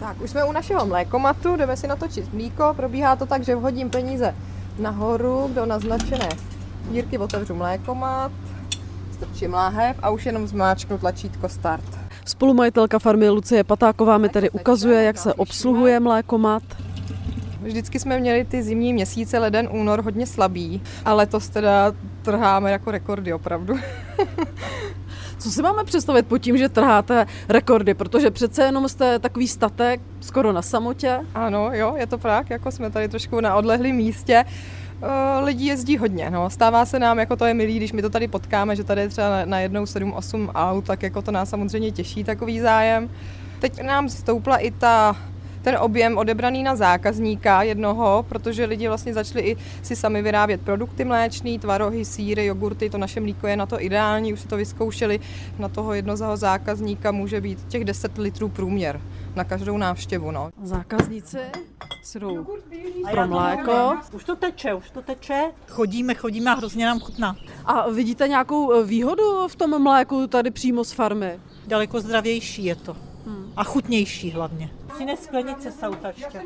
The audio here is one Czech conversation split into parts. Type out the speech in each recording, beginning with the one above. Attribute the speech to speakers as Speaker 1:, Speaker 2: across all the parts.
Speaker 1: Tak, už jsme u našeho mlékomatu, jdeme si natočit mlíko. Probíhá to tak, že vhodím peníze nahoru do naznačené dírky, otevřu mlékomat, strčím láhev a už jenom zmáčknu tlačítko start.
Speaker 2: Spolumajitelka farmy Lucie Patáková mi tedy ukazuje, jak se obsluhuje mlékomat.
Speaker 1: Vždycky jsme měli ty zimní měsíce, leden, únor hodně slabý, ale letos teda trháme jako rekordy opravdu.
Speaker 2: Co si máme představit pod tím, že trháte rekordy, protože přece jenom jste takový statek skoro na samotě.
Speaker 1: Ano, jo, je to Prah, jako jsme tady trošku na odlehlém místě. Eh, Lidí jezdí hodně, no. Stává se nám, jako to je milý, když my to tady potkáme, že tady je třeba na- najednou 7-8 aut, tak jako to nás samozřejmě těší takový zájem. Teď nám stoupla i ta ten objem odebraný na zákazníka jednoho, protože lidi vlastně začali i si sami vyrábět produkty mléčný, tvarohy, síry, jogurty, to naše mlíko je na to ideální, už si to vyzkoušeli. Na toho jednoho zákazníka může být těch 10 litrů průměr na každou návštěvu. No.
Speaker 2: Zákazníci si jdou
Speaker 3: A
Speaker 2: pro
Speaker 3: já to
Speaker 2: mléko.
Speaker 3: nevím. Už to teče, už to teče. Chodíme, chodíme a hrozně nám chutná.
Speaker 2: A vidíte nějakou eh, výhodu v tom mléku tady přímo z farmy?
Speaker 3: Daleko zdravější je to. A chutnější hlavně. Přines sklenice sautačka.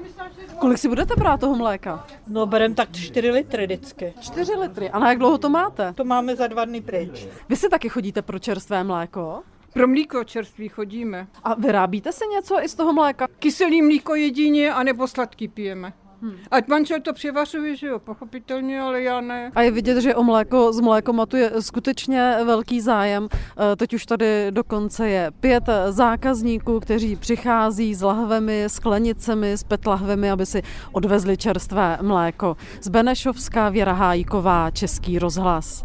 Speaker 2: Kolik si budete brát toho mléka?
Speaker 3: No berem tak 4 litry vždycky.
Speaker 2: 4 litry. A na jak dlouho to máte?
Speaker 3: To máme za dva dny pryč.
Speaker 2: Vy si taky chodíte pro čerstvé mléko?
Speaker 4: Pro mlíko čerství chodíme.
Speaker 2: A vyrábíte si něco i z toho mléka?
Speaker 4: Kyselý mlíko jedině, anebo sladký pijeme. Hmm. Ať manžel to převařuje, že jo, pochopitelně, ale já ne.
Speaker 2: A je vidět, že o mléko z mlékomatu je skutečně velký zájem. Eh, Teď už tady dokonce je pět eh, zákazníků, kteří přichází s lahvemi, s klenicemi, s petlahvemi, aby si odvezli čerstvé mléko. Z Benešovská Věra Hájková, Český rozhlas.